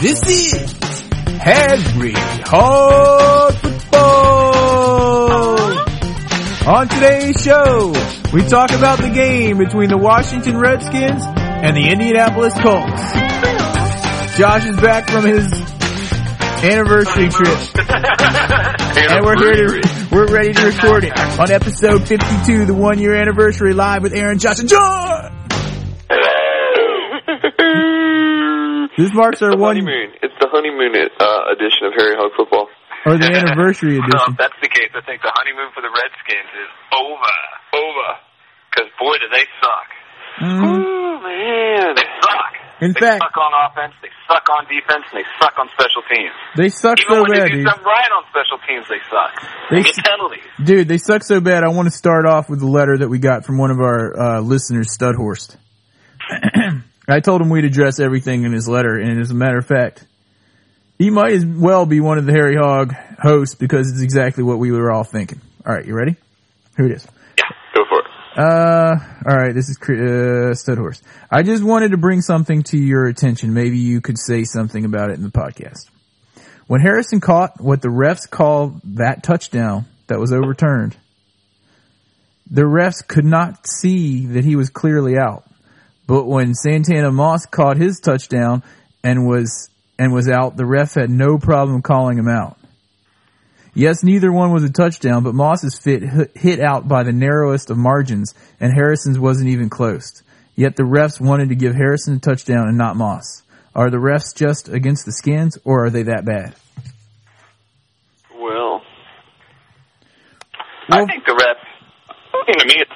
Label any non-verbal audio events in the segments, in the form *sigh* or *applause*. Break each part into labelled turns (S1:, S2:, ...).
S1: This is Henry Hog Football. On today's show, we talk about the game between the Washington Redskins and the Indianapolis Colts. Josh is back from his anniversary trip, and we're here to we're ready to record it on episode 52, the one year anniversary, live with Aaron, Josh, and John.
S2: *laughs*
S1: This marks our
S3: the
S1: one
S3: honeymoon. It's the honeymoon uh, edition of Harry Hog football.
S1: or the
S2: *laughs*
S1: anniversary
S2: Well,
S3: *laughs*
S1: edition.
S2: if that's the case, I think the honeymoon for the Redskins is over. Over. Because, boy, do they suck.
S1: Mhm.
S3: Oh man!
S2: They suck.
S1: In
S2: they
S1: fact-
S2: suck on offense, they suck on defense, and they suck on special teams.
S1: They suck
S2: Even
S1: so
S2: when
S1: bad,
S2: they do
S1: dude.
S2: something right on special teams, they suck.
S1: They
S2: They, get
S1: su-
S2: penalties.
S1: Dude, they suck so bad. I want to start off with the letter that we got from one of our uh, listeners, Studhorst. *clears throat* I told him we'd address everything in his letter, and as a matter of fact, he might as well be one of the Harry Hog hosts because it's exactly what we were all thinking. All right, you ready? Here it is.
S2: Yeah.
S3: Go for it.
S1: Uh, all right. This is Cr- uh, Studhorse. I just wanted to bring something to your attention. Maybe you could say something about it in the podcast. When Harrison caught what the refs call that touchdown that was overturned, the refs could not see that he was clearly out. But when Santana Moss caught his touchdown and was and was out, the ref had no problem calling him out. Yes, neither one was a touchdown, but Moss's fit hit- hit out by the narrowest of margins, and Harrison's wasn't even close. Yet the refs wanted to give Harrison a touchdown and not Moss. Are the refs just against the skins, or are they that bad?
S3: Well,
S2: I think the refs, you know, me, it's,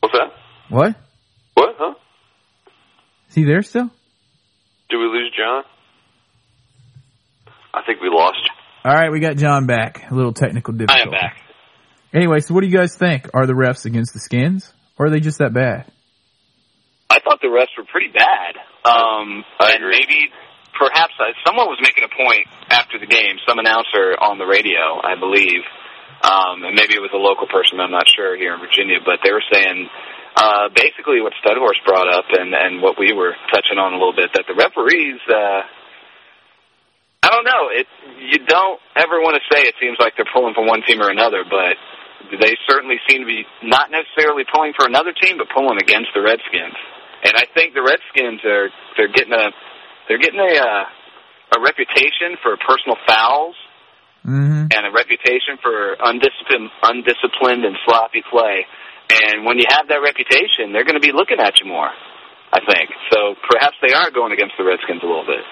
S3: what's that?
S1: What?
S3: What? Huh?
S1: Is he there still?
S3: Did we lose John? I think we lost.
S1: All right, we got John back. A little technical
S2: I
S1: difficulty.
S2: am back.
S1: Anyway, so what do you guys think? Are the refs against the skins, or are they just that bad?
S2: I thought the refs were pretty bad. Um,
S3: I
S2: and
S3: agree.
S2: maybe, perhaps, I, someone was making a point after the game, some announcer on the radio, I believe, um, and maybe it was a local person, I'm not sure, here in Virginia, but they were saying uh, basically what Studhorse brought up and, and what we were touching on a little bit, that the referees, uh, I don't know, it, you don't ever want to say it seems like they're pulling for one team or another, but they certainly seem to be not necessarily pulling for another team, but pulling against the Redskins. And I think the Redskins are they're getting a they're getting a uh, a reputation for personal fouls
S1: Mm-hmm.
S2: and a reputation for undisciplined undisciplined and sloppy play. And when you have that reputation, they're going to be looking at you more. I think so. Perhaps they are going against the Redskins a little bit.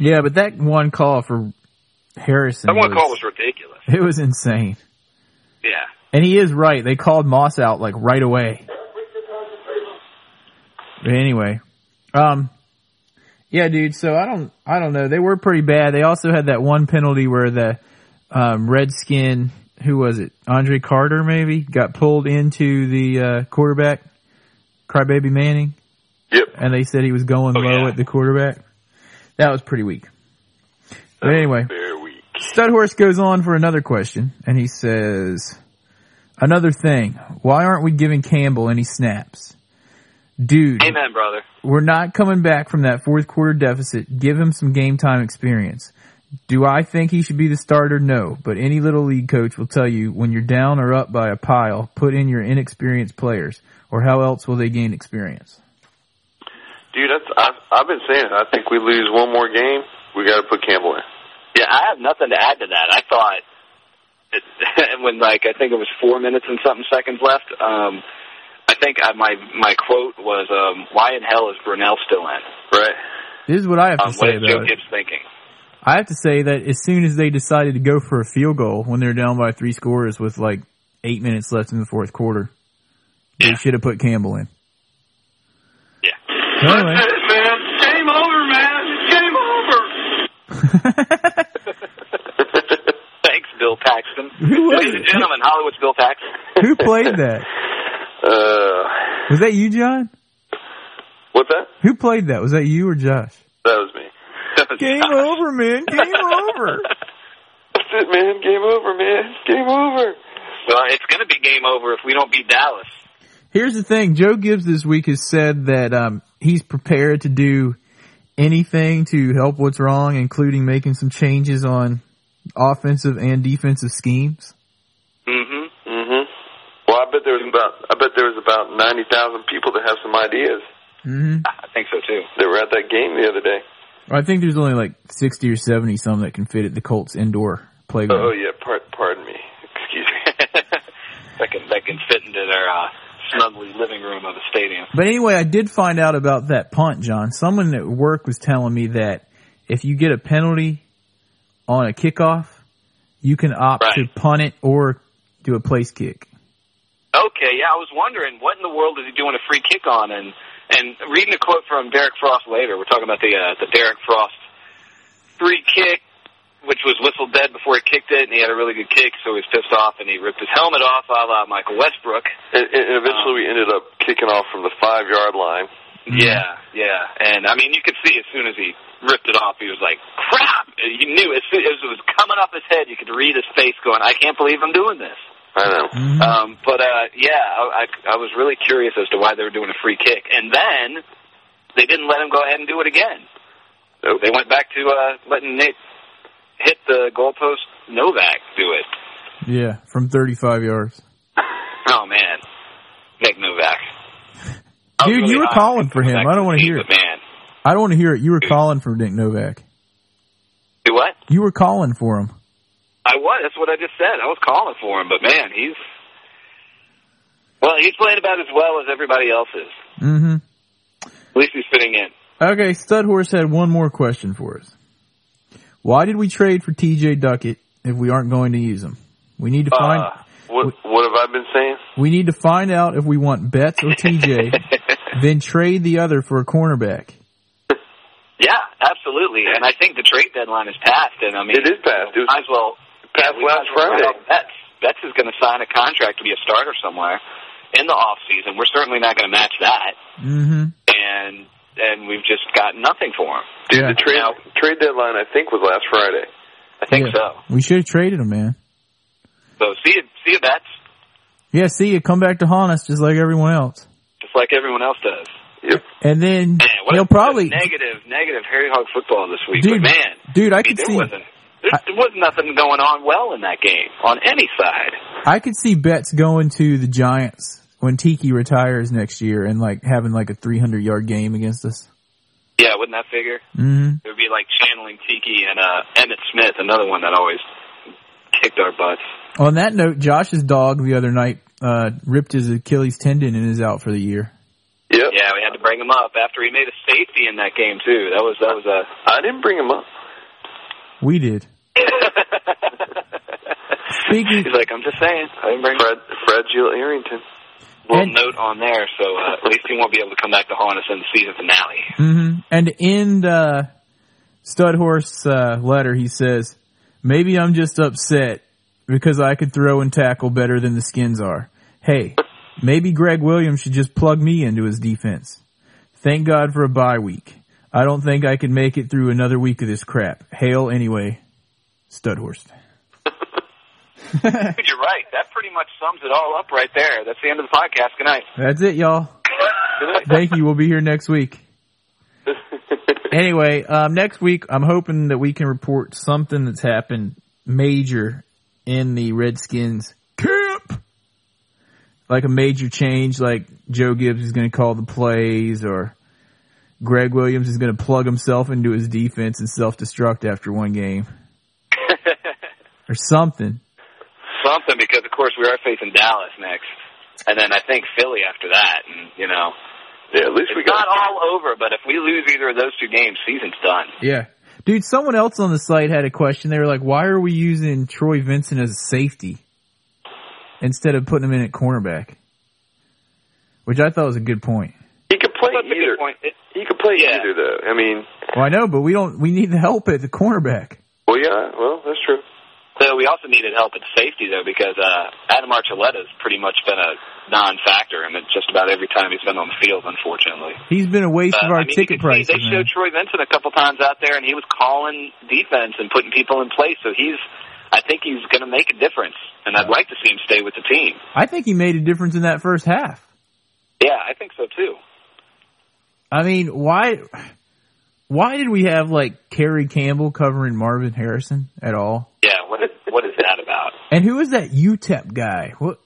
S1: Yeah, but that one call for Harrison.
S2: That one
S1: was-
S2: call was ridiculous.
S1: *laughs* It was insane.
S2: Yeah.
S1: And he is right. They called Moss out like right away. But anyway, um, yeah, dude. So I don't, I don't know. They were pretty bad. They also had that one penalty where the um, Redskin, who was it, Andre Carter, maybe got pulled into the uh, quarterback, crybaby Manning,
S3: Yep.
S1: and they said he was going
S2: Oh,
S1: low
S2: yeah.
S1: at the quarterback. That was pretty weak. But anyway,
S3: Very weak.
S1: Studhorse goes on for another question, and he says, "Another thing, why aren't we giving Campbell any snaps, dude?
S2: Amen, brother.
S1: We're not coming back from that fourth quarter deficit. Give him some game time experience. Do I think he should be the starter? No, but any little league coach will tell you when you're down or up by a pile, put in your inexperienced players, or how else will they gain experience?
S3: Dude, that's, I've, I've been saying it. I think we lose one more game. We got to put Campbell in.
S2: Yeah, I have nothing to add to that. I thought it, *laughs* when like I think it was four minutes and something seconds left. Um, I think I, my my quote was, um, "Why in hell is Brunel still in?"
S3: Right.
S1: This is what I have to
S2: Um, what
S1: say
S2: is Joe
S1: about it.
S2: Gibbs thinking?
S1: I have to say that as soon as they decided to go for a field goal when they're down by three scores with like eight minutes left in the fourth quarter, they
S2: Yeah.
S1: should have put Campbell in. *laughs*
S2: Yeah,
S1: Anyway.
S3: it, man. Game over, man. Game over.
S2: thanks, Bill Paxton.
S1: *laughs* Who was
S2: Ladies and
S1: it?
S2: gentlemen, Hollywood's Bill Paxton.
S1: Who played that?
S3: *laughs* Uh,
S1: Was that you, John?
S3: what's that?
S1: Who played that? Was that you or Josh?
S3: That was me.
S1: Game over, man. Game *laughs* over.
S3: That's it, man. Game over, man. Game over.
S2: Well, it's going to be game over if we don't beat Dallas.
S1: Here's the thing. Joe Gibbs this week has said that um, he's prepared to do anything to help what's wrong, including making some changes on offensive and defensive schemes?
S2: Mm-hmm.
S3: Mhm. Mhm. Well, I bet there was about I bet there was about ninety thousand people that have some ideas
S1: Mm-hmm.
S2: Ah, I think so too. *laughs*
S3: that were at that game the other day.
S1: I think there's only like 60 or 70 some that can fit at the Colts indoor
S2: Mm-hmm.
S1: playground.
S3: Oh yeah, par- pardon me. *laughs* Excuse me.
S2: that can that can fit into their uh, snuggly living room of a stadium.
S1: But anyway, I did find out about that punt, John. Someone at work was telling me that if you get a penalty on a kickoff, you can opt
S2: Right.
S1: to punt it or do a place kick.
S2: Okay, yeah, I was wondering what in the world is he doing a free kick on, and and reading a quote from Derek Frost later. We're talking about the uh, the Derek Frost free kick, which was whistled dead before he kicked it, and he had a really good kick, so he was pissed off and he ripped his helmet off, a la Michael Westbrook.
S3: And, and eventually, we ended up kicking off from the five yard line.
S2: Yeah, yeah, and I mean, you could see as soon as he ripped it off, he was like, "Crap!" You knew as soon as it was coming up his head, you could read his face going, "I can't believe I'm doing this."
S3: I know.
S1: Mhm.
S2: Um, but uh, yeah, I, I, I was really curious as to why they were doing a free kick, and then they didn't let him go ahead and do it again.
S3: Nope.
S2: They went back to uh, letting Nick hit the goalpost. Novak do it.
S1: Mm-hmm. yeah, from 35 yards.
S2: Oh man, Nick Novak. I was
S1: Dude, you were
S2: high
S1: calling
S2: on
S1: for him.
S2: Novak
S1: I don't wanna
S2: this
S1: hear
S2: season, Man,
S1: I don't want to hear it. You were calling for Nick Novak.
S2: do what?
S1: You were calling for him.
S2: I was. That's what I just said. I was calling for him, but man, he's well, he's playing about as well as everybody else is.
S1: hmm
S2: At least he's fitting in.
S1: Okay, Studhorse had one more question for us. Why did we trade for TJ Duckett if we aren't going to use him? We need to find
S2: Uh,
S3: What What have I been saying?
S1: we need to find out if we want Betts or
S3: *laughs*
S1: TJ.
S2: *laughs*
S1: then trade the other for a cornerback.
S2: yeah, absolutely. And I think the trade deadline is passed, and I mean,
S3: It is passed. It was
S2: might as well
S3: passed
S2: we might
S3: last
S2: as well
S3: Friday.
S2: have Betts. Betts is going to sign a contract to be a starter somewhere in the off season. We're certainly not going to match that,
S1: Mm-hmm.
S2: and and we've just got nothing for him.
S3: Dude,
S1: Yeah.
S3: the trade
S2: Now-
S3: trade deadline I think was last Friday.
S2: I think so.
S1: We should have traded him, man.
S2: So see you, see you, Betts,
S1: Yeah, see, you come back to haunt us just like everyone else,
S2: just like everyone else does.
S3: Yep.
S1: and then
S2: Man, what
S1: he'll
S2: a,
S1: probably,
S2: what a negative, negative Harry Hog football this week.
S1: Dude,
S2: but man,
S1: dude. I
S2: I mean,
S1: could
S2: there
S1: see,
S2: wasn't there, there was nothing going on well in that game on any side.
S1: I could see Betts going to the Giants when Tiki retires next year and like having like a 300 yard game against us.
S2: Yeah, wouldn't that figure?
S1: Mm-hmm.
S2: It would be like channeling Tiki and uh, Emmett Smith, another one that always kicked our butts.
S1: On that note, Josh's dog the other night uh, ripped his Achilles tendon and is out for the year.
S3: Yep.
S2: Yeah, we had to bring him up after he made a safety in that game too. That was that was a. *laughs*
S3: I didn't bring him up.
S1: We did. Speaking-
S2: *laughs* He's like, I'm just saying, I didn't bring him.
S3: Fred, fragile Arrington.
S2: Little
S1: And-
S2: note on there, so uh, at least he won't be able to come back to haunt us in the season finale.
S1: Mm-hmm. And to end uh, Studhorse's uh, letter, he says, "Maybe I'm just upset because I could throw and tackle better than the skins are. Hey, maybe Greg Williams should just plug me into his defense. Thank God for a bye week. I don't think I could make it through another week of this crap. Hail anyway, Studhorse.
S2: Dude, you're right. That pretty much sums it all up right there. That's the end of the podcast. Good night. *laughs*
S1: That's it, y'all. Thank you. We'll be here next week." anyway, um, next week I'm hoping that we can report something that's happened major in the Redskins camp, like a major change, like Joe Gibbs is going to call the plays, or Greg Williams is going to plug himself into his defense and self-destruct after one game, or something.
S2: Something because of course we are facing Dallas next, and then I think Philly after that, and you know
S3: Yeah, at least we
S2: it's
S3: got
S2: not all over. But if we lose either of those two games, season's done.
S1: Yeah. Dude, someone else on the site had a question. They were like, why are we using Troy Vincent as a safety instead of putting him in at cornerback? Which I thought was a good point.
S3: he could play
S2: That's a
S3: either.
S2: good point. It-
S3: He could play
S2: Yeah.
S3: either though. I mean,
S1: Well, I know, but we don't, we need the help at the cornerback.
S3: well, yeah, well, that's true.
S2: So we also needed help at safety though because uh, Adam Archuleta's pretty much been a non-factor, and just about every time he's been on the field, unfortunately.
S1: He's been a waste
S2: Uh,
S1: of our
S2: I mean, you
S1: ticket
S2: could see
S1: prices,
S2: They showed
S1: man.
S2: Troy Vincent a couple times out there, and he was calling defense and putting people in place. So he's, I think he's going to make a difference, and I'd like to see him stay with the team.
S1: I think he made a difference in that first half.
S2: Yeah, I think so too.
S1: I mean, why, why did we have like Kerry Campbell covering Marvin Harrison at all?
S2: Yeah, what is what is that about?
S1: And who was that UTEP guy? What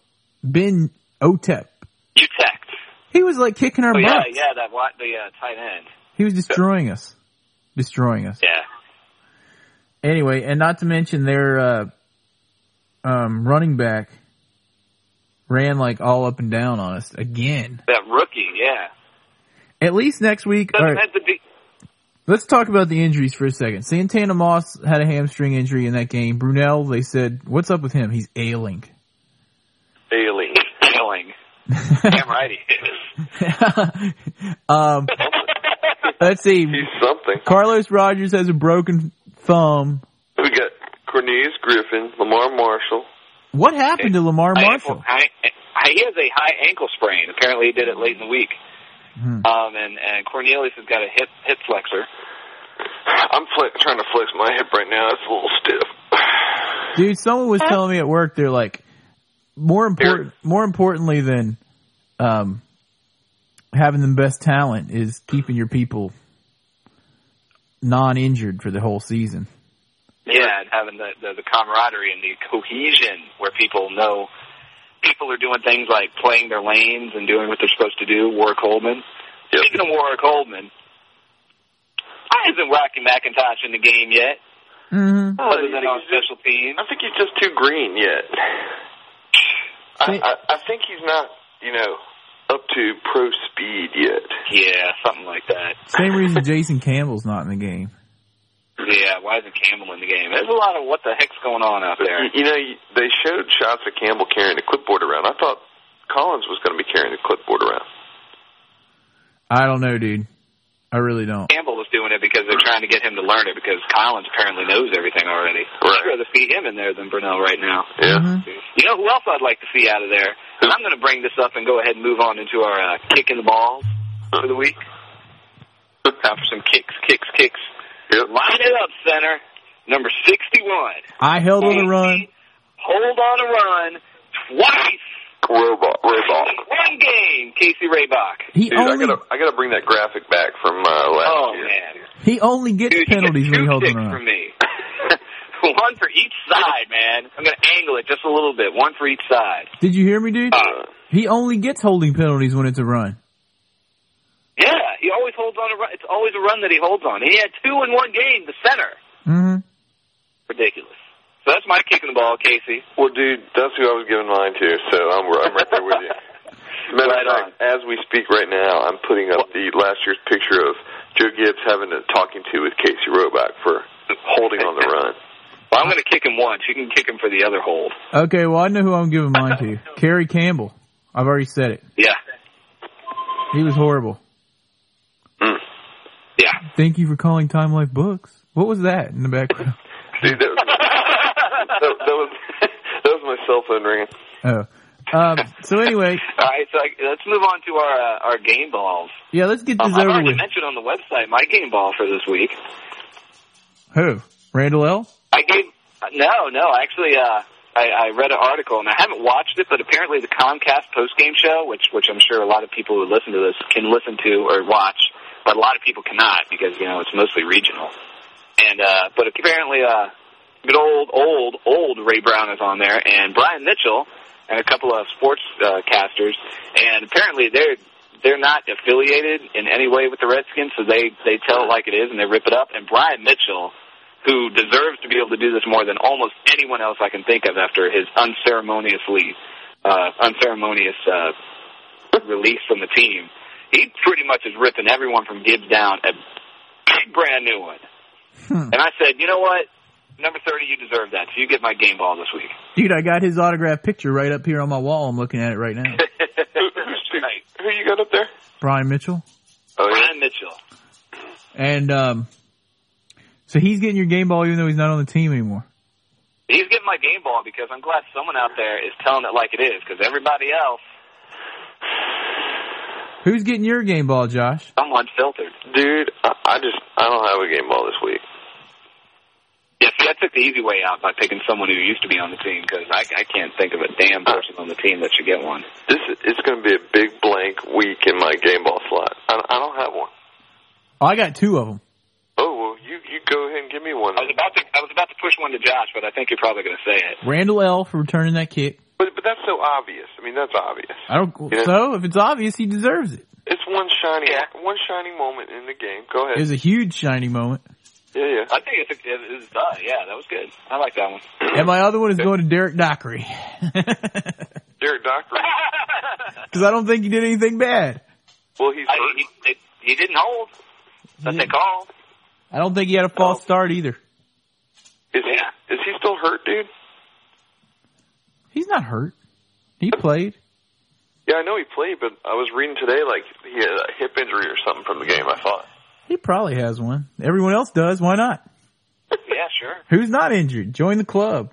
S1: Ben Otep?
S2: You teched.
S1: He was like kicking our
S2: Oh yeah,
S1: butts.
S2: yeah, that wi- the uh, tight end.
S1: He was destroying us, destroying us.
S2: Yeah.
S1: Anyway, and not to mention their uh, um, running back ran like all up and down on us again.
S2: That rookie, yeah.
S1: At least next week.
S2: Doesn't
S1: all right,
S2: have to be
S1: Let's talk about the injuries for a second. Santana Moss had a hamstring injury in that game. Brunel, they said, what's up with him? He's ailing. *laughs*
S3: Alien.
S2: killing. Damn right he
S1: *laughs*
S2: is.
S1: um, let's see.
S3: He's something.
S1: Carlos Rogers has a broken thumb.
S3: We got Cornelius Griffin, Lamar Marshall.
S1: What happened to Lamar
S2: I-
S1: Marshall?
S2: I- I- he has a high ankle sprain. Apparently, he did it late in the week.
S1: Hmm.
S2: Um, and, and Cornelius has got a hip hip flexor.
S3: I'm fl- trying to flex my hip right now. It's a little stiff. *sighs*
S1: Dude, someone was telling me at work, they're like, more important, more importantly than, um, having the best talent is keeping your people non-injured for the whole season.
S2: Yeah, and having the, the the camaraderie and the cohesion where people know people are doing things like playing their lanes and doing what they're supposed to do. Warwick Coleman.
S3: Yep.
S2: Speaking of Warwick Coleman, I isn't Rocky McIntosh in the game yet,
S1: Mm-hmm.
S3: Oh, you
S2: other than
S3: think
S2: on
S3: he's just-
S2: special teams.
S3: I think he's just too green yet. I,
S1: See-
S3: I, I think he's not, you know, up to pro speed yet.
S2: Yeah, something like that.
S1: Same reason Jason Campbell's not in the game.
S2: Yeah, why isn't Campbell in the game? There's a lot of what the heck's going on out
S3: *laughs*
S2: there.
S3: You, you know, you- they showed shots of Campbell carrying a clipboard around. I thought Collins was going to be carrying a clipboard around.
S1: I don't know, dude. I really don't.
S2: Campbell was doing it because they're trying to get him to learn it because Collins apparently knows everything already.
S3: Right.
S2: I'd rather see him in there than Brunel right now.
S3: Yeah.
S1: Mhm.
S2: You know who else I'd like to see out of there? And I'm going to bring this up and go ahead and move on into our uh, kick in the balls for the week. Time for some kicks, kicks, kicks.
S3: Yep.
S2: Line it up, center. Number 61.
S1: I held on a run.
S2: Hold on a run. Twice.
S3: Robot, robot.
S2: In one game, Casey Raybach.
S1: He
S3: Dude, I
S1: only
S3: gotta, I gotta bring that graphic back from uh, last
S2: Oh,
S3: year.
S2: man.
S1: he only gets
S2: Dude,
S1: penalties
S2: you
S1: when
S2: get
S1: he
S2: two
S1: holds on
S2: kicks
S1: a
S2: from
S1: run.
S2: me. *laughs* one for each side, man. I'm going to angle it just a little bit. One for each side.
S1: Did you hear me, dude?
S2: Uh,
S1: He only gets holding penalties when it's a run.
S2: yeah, he always holds on a run. It's always a run that he holds on. He had two in one game, the center.
S1: hmm
S2: Ridiculous. So that's my kicking the ball, Casey.
S3: Well, dude, that's who I was giving mine to, so I'm, I'm right there *laughs* with you. Matter
S2: *laughs* Right
S3: of fact, as we speak right now, I'm putting up the last year's picture of Joe Gibbs having a talking to with Casey Roback for holding *laughs* on the run.
S2: Well, I'm going to kick him once. You can kick him for the other hold.
S1: Okay, well, I know who I'm giving mine to. Kerry Campbell. I've already said it.
S2: Yeah.
S1: He was horrible.
S3: Mm.
S2: Yeah. *laughs*
S1: Thank you for calling Time Life Books. What was that in the background? *laughs*
S3: Dude, that was, that, that was *laughs* that was my cell phone ringing.
S1: Oh. Um, so anyway,
S2: All right, so I, let's move on to our uh, our game balls.
S1: yeah, let's get
S2: Um,
S1: this
S2: I've
S1: over
S2: already
S1: with.
S2: mentioned on the website my game ball for this week.
S1: Who? Randall L?
S2: I gave no, no. Actually, uh, I, I read an article and I haven't watched it, but apparently the Comcast postgame show, which which I'm sure a lot of people who listen to this can listen to or watch, but a lot of people cannot because you know it's mostly regional. And uh, but apparently, uh, good old old old Ray Brown is on there, and Brian Mitchell and a couple of sports uh, casters, and apparently they're. They're not affiliated in any way with the Redskins, so they they tell it like it is and they rip it up. And Brian Mitchell who deserves to be able to do this more than almost anyone else I can think of after his unceremoniously uh, unceremonious uh, release from the team. He pretty much is ripping everyone from Gibbs down a big brand new one.
S1: Hmm.
S2: And I said, you know what? Number 30, you deserve that. So you get my game ball this week.
S1: Dude, I got his autograph picture right up here on my wall. I'm looking at it right
S2: *laughs*
S1: now.
S3: Who, who's, who, who you got up there?
S1: Brian Mitchell.
S3: Oh, yeah.
S2: Brian Mitchell.
S1: And um, so he's getting your game ball even though he's not on the team anymore.
S2: He's getting my game ball because I'm glad someone out there is telling it like it is because everybody else,
S1: Who's getting your game ball, Josh?
S2: someone's filtered.
S3: dude, I, I just I don't have a game ball this week.
S2: Yeah, see, I took the easy way out by picking someone who used to be on the team because I, I can't think of a damn person on the team that should get one.
S3: This is- it's going to be a big blank week in my game ball slot. I, I don't have one.
S1: Oh, I got two of them.
S3: you go ahead and give me one?
S2: I was about to I was about to push one to Josh, but I think you're probably going to say it.
S1: Randall L for returning that kick.
S3: But but that's so obvious. I mean, that's obvious.
S1: I don't.
S3: Yeah.
S1: So if it's obvious, he deserves it.
S3: It's one shining
S2: Yeah.
S3: one shining moment in the game. Go
S1: It
S3: ahead.
S1: was a huge shining moment.
S3: yeah, yeah.
S2: I think it's a, it, it's uh, yeah, that was good. I like that one.
S1: And my other one is going to Derek Dockery *laughs*
S3: Derek *laughs* Dockery.
S1: because I don't think he did anything bad.
S3: Well, he's
S2: I,
S3: hurt.
S2: he, he, he didn't hold. That's a call.
S1: I don't think he had a false start either.
S3: Is he is he still hurt, dude?
S1: He's not hurt. He played.
S3: Yeah, I know he played, but I was reading today like he had a hip injury or something from the game. I thought.
S1: He probably has one. Everyone else does. Why not?
S2: Yeah, sure.
S1: Who's not injured? Join the club.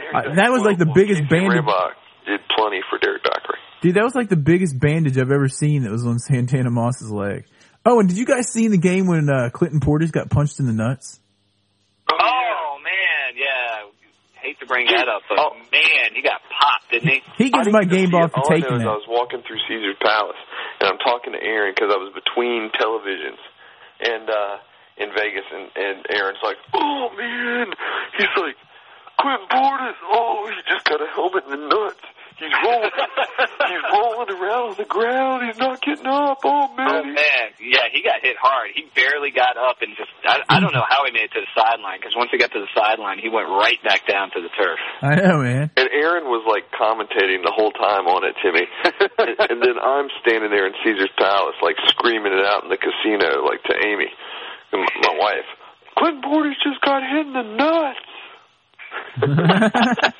S1: I- Uh, that was like the
S3: Well,
S1: biggest
S3: Casey
S1: bandage.
S3: Raybach did plenty for Derek Dockery.
S1: Dude, that was like the biggest bandage I've ever seen that was on *laughs* Santana Moss's leg. Oh, and did you guys see in the game when uh, Clinton Portis got punched in the nuts?
S2: Oh man, yeah. Hate to bring that up, but
S3: Oh.
S2: man, he got popped, didn't he?
S1: He
S3: I
S1: gets
S3: didn't
S1: my
S3: even
S1: game
S3: see
S1: ball
S3: it.
S1: for
S3: All I know
S1: taking
S3: is I
S1: that.
S3: was walking through Caesar's Palace, and I'm talking to Aaron because I was between televisions and uh, in Vegas, and, and Aaron's like, "Oh man," he's like, "Quentin Portis, oh, he just got a helmet in the nuts." He's rolling.
S2: *laughs*
S3: he's rolling around on the ground. He's not getting up. Oh
S2: Oh
S3: man!
S2: man, yeah, he got hit hard. He barely got up and just—I I don't know how he made it to the sideline because once he got to the sideline, he went right back down to the turf.
S1: I know, man.
S3: And Aaron was like commentating the whole time on it, *laughs* Timmy. and, and then I'm standing there in Caesar's Palace, like screaming it out in the casino, like to Amy, and my, my wife. Clint Portis just got hit in the nuts.
S1: *laughs*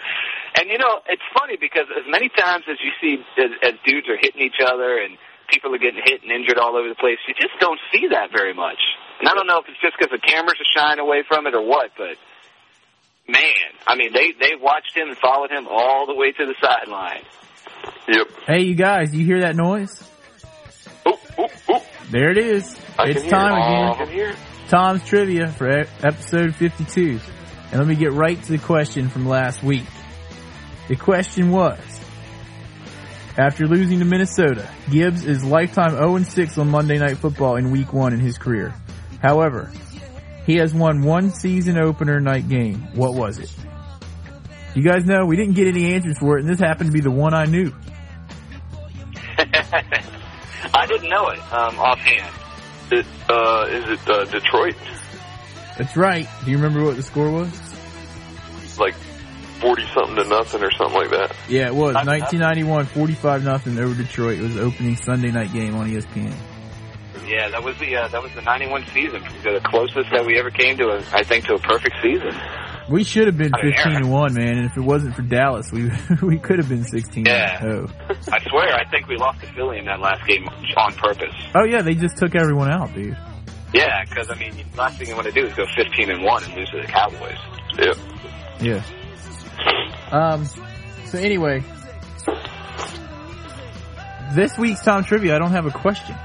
S2: And you know, it's funny because as many times as you see as, as dudes are hitting each other and people are getting hit and injured all over the place, you just don't see that very much. And I don't know if it's just because the cameras are shying away from it or what, but man, I mean, they they watched him and followed him all the way to the sideline. *laughs*
S3: Yep.
S1: Hey, you guys, you hear that noise?
S3: Oh, oh, oh.
S1: There it is.
S3: I
S1: it's
S3: can
S1: time
S3: hear it.
S1: again.
S3: Oh, I can hear it.
S1: Tom's trivia for e- episode 52. And let me get right to the question from last week. The question was, after losing to Minnesota, Gibbs is lifetime 0-6 on Monday Night Football in week one in his career. However, he has won one season opener night game. What was it? You guys know we didn't get any answers for it and this happened to be the one I knew.
S2: I didn't know it um, offhand.
S3: It, uh, is it uh, Detroit?
S1: That's right. Do you remember what the score was?
S3: Like forty something to nothing or something like that.
S1: Yeah, it was.
S2: Not-
S1: 1991, 45 nothing over Detroit. It was the opening Sunday night game on E ESPN.
S2: Yeah, that was the uh, that was the '91 season, the closest that we ever came to, a, I think, to a perfect season.
S1: We should have been
S2: Oh, yeah.
S1: 15 to 1, man. And if it wasn't for Dallas, we *laughs* we could have been 16
S2: Yeah.
S1: to Oh. 0.
S2: I swear, I think we lost to Philly in that last game on purpose.
S1: Oh, yeah, they just took everyone out, dude.
S2: Yeah, because I mean, the last thing you want to do is go 15 and one and lose to the Cowboys.
S3: Yep.
S1: Yeah. Um, so anyway, this week's Tom Trivia, I don't have a question.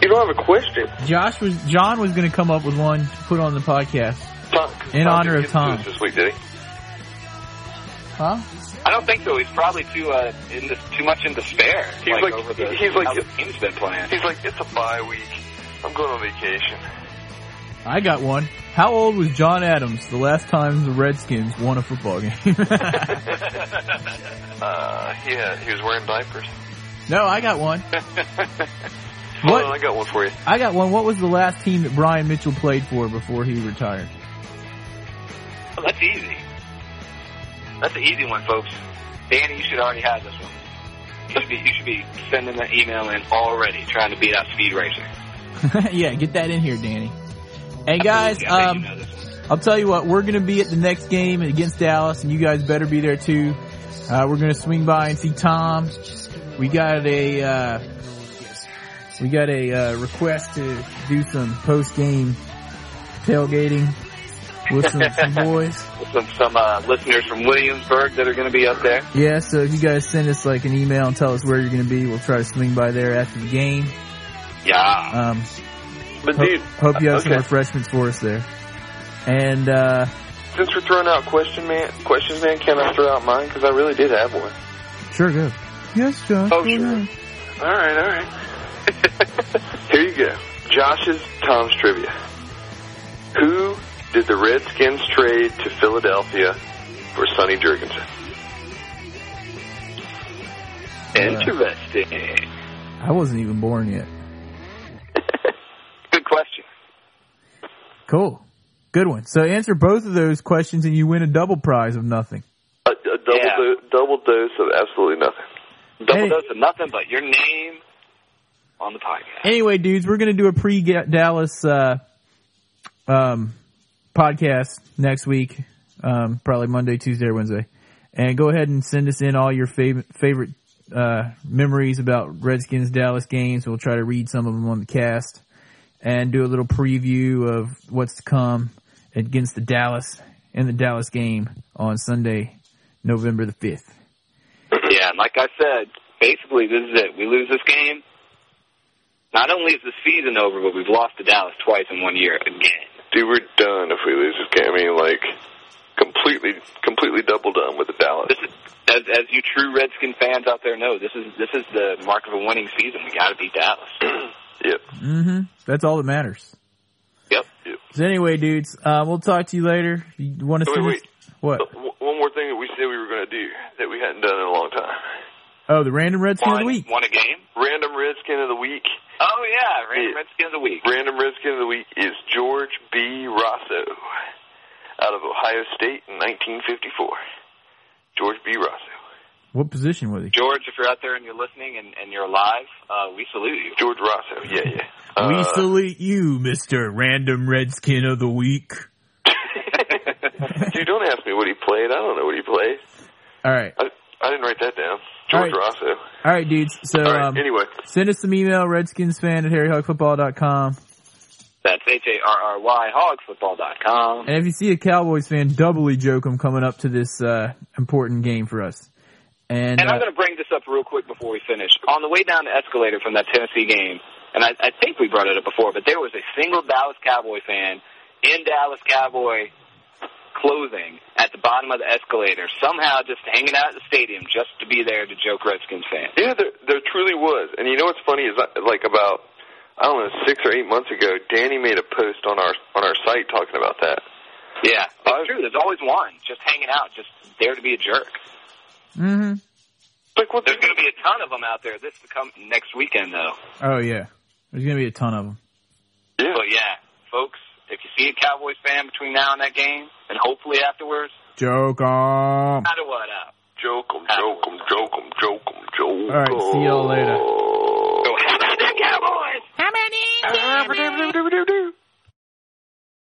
S3: You don't have a question.
S1: Josh was, John was going to come up with one to put on the podcast.
S3: Tom,
S1: In
S3: Tom
S1: honor
S3: didn't
S1: of
S3: get to
S1: Tom.
S3: us this week, did he?
S1: Huh?
S2: I don't think so. He's probably too uh, in this, too much in despair.
S3: He's like-
S2: over the,
S3: he's like-
S2: how the team's been playing.
S3: He's like, it's a bye week. I'm going on vacation.
S1: I got one. How old was John Adams the last time the Redskins won a football game? *laughs*
S3: *laughs* Uh, yeah, he was wearing *laughs* diapers.
S1: No, I got one.
S3: Hold on,
S1: what
S3: I got one for you.
S1: I got one. What was the last team that Brian Mitchell played for before he retired? *laughs*
S2: That's easy. That's an easy one, folks. Danny, you should already have this one. You should be, you should be sending that email in already, trying to beat out Speed Racer.
S1: yeah, get that in here, Danny. Hey
S2: I
S1: guys,
S2: think
S1: um,
S2: you know this one.
S1: I'll tell you what, we're gonna be at the next game against Dallas, and you guys better be there too. Uh, we're gonna swing by and see Tom. We got a uh, we got a uh, request to do some post game tailgating with some,
S3: *laughs*
S1: some boys.
S2: some some uh, listeners from Williamsburg that are going to be up there.
S1: Yeah, so if you guys send us like an email and tell us where you're going to be, we'll try to swing by there after the game.
S2: Yeah.
S1: Um,
S3: But
S1: ho-
S3: dude,
S1: hope you have some
S3: okay.
S1: refreshments for us there. And uh,
S3: since we're throwing out question man, questions, man, can I throw out mine? Because I really did have one.
S1: sure, good. Yes, John.
S3: Oh, sure. All right, all *laughs* right. Here you go. Josh's Tom's trivia. Who did the Redskins trade to Philadelphia for Sonny Jurgensen?
S1: Uh,
S2: Interesting.
S1: I wasn't even born yet.
S2: Good question.
S1: Cool. Good one. So answer both of those questions and you win a double prize of nothing.
S3: *laughs* A, a double
S2: Yeah.
S3: do, double dose of absolutely nothing.
S2: Double
S1: Hey.
S2: dose of nothing but your name on the podcast.
S1: Anyway, dudes, we're going to do a pre Dallas, uh, um, podcast next week. Um, probably Monday, Tuesday, or Wednesday. And go ahead and send us in all your fav- favorite, uh, memories about Redskins Dallas games. We'll try to read some of them on the cast and do a little preview of what's to come against the Dallas in the Dallas game on Sunday, November the 5th.
S2: Yeah, and like I said, basically this is it. We lose this game. Not only is the season over, but we've lost to Dallas twice in one year again.
S3: Dude, we're done if we lose this game. I mean, like completely, completely double done with the Dallas.
S2: This is as as you true Redskin fans out there know, this is this is the mark of a winning season. We gotta beat Dallas.
S3: *clears throat* Yep.
S1: hmm That's all that matters.
S2: yep.
S3: yep.
S1: So anyway, dudes, uh, we'll talk to you later. If You want to
S3: Wait,
S1: see
S3: wait.
S1: what?
S3: But w- One more thing that we said we were going to do that we hadn't done in a long time.
S1: Oh, the random redskin of the
S2: Won,
S1: week.
S2: won a game.
S3: Random Redskin of the week.
S2: Oh yeah, Red,
S3: Yeah.
S2: Redskin of the week.
S3: Random Redskin of the week is George B. Rosso out of Ohio State in 1954. George B. Rosso.
S1: What position was he?
S2: George, if you're out there and you're listening and, and you're alive, uh, we salute you.
S3: George Rosso. Yeah, yeah.
S1: we
S3: Uh,
S1: salute you, Mister Random Redskin of the Week.
S3: *laughs* you don't ask me what he played. I don't know what he played.
S1: All right,
S3: I, I didn't write that down.
S1: All right.
S3: George Rosso.
S1: all right, dudes. So
S3: All right.
S1: um,
S3: anyway,
S1: send us some email, redskinsfan at harryhogfootball.com.
S2: That's H A R R Y hogfootball.com.
S1: And if you see a Cowboys fan, doubly joke 'em coming up to this uh, important game for us. And,
S2: And I'm
S1: uh,
S2: going to bring this up real quick before we finish. On the way down the escalator from that Tennessee game, and I, I think we brought it up before, but there was a single Dallas Cowboy fan in Dallas Cowboy clothing at the bottom of the escalator, somehow just hanging out at the stadium just to be there to joke Redskins fans.
S3: yeah, there, there truly was. And you know what's funny is uh, like about I don't know six or eight months ago, Danny made a post on our on our site talking about that.
S2: Yeah, it's
S1: Uh,
S3: I-
S2: true. There's always one just hanging out, just there to be a jerk.
S1: mhm.
S3: It's Like what?
S2: There's going to be a ton of them out there this to come next weekend, though.
S1: Oh yeah, there's gonna be a ton of them.
S3: Yeah.
S2: But yeah, folks, if you see a Cowboys fan between now and that game, and hopefully afterwards,
S1: Joke 'em.
S2: how do what uh, up?
S3: Joke 'em, Oh. joke 'em, joke 'em, joke 'em, joke 'em.
S1: All right, see y'all later.
S2: *laughs*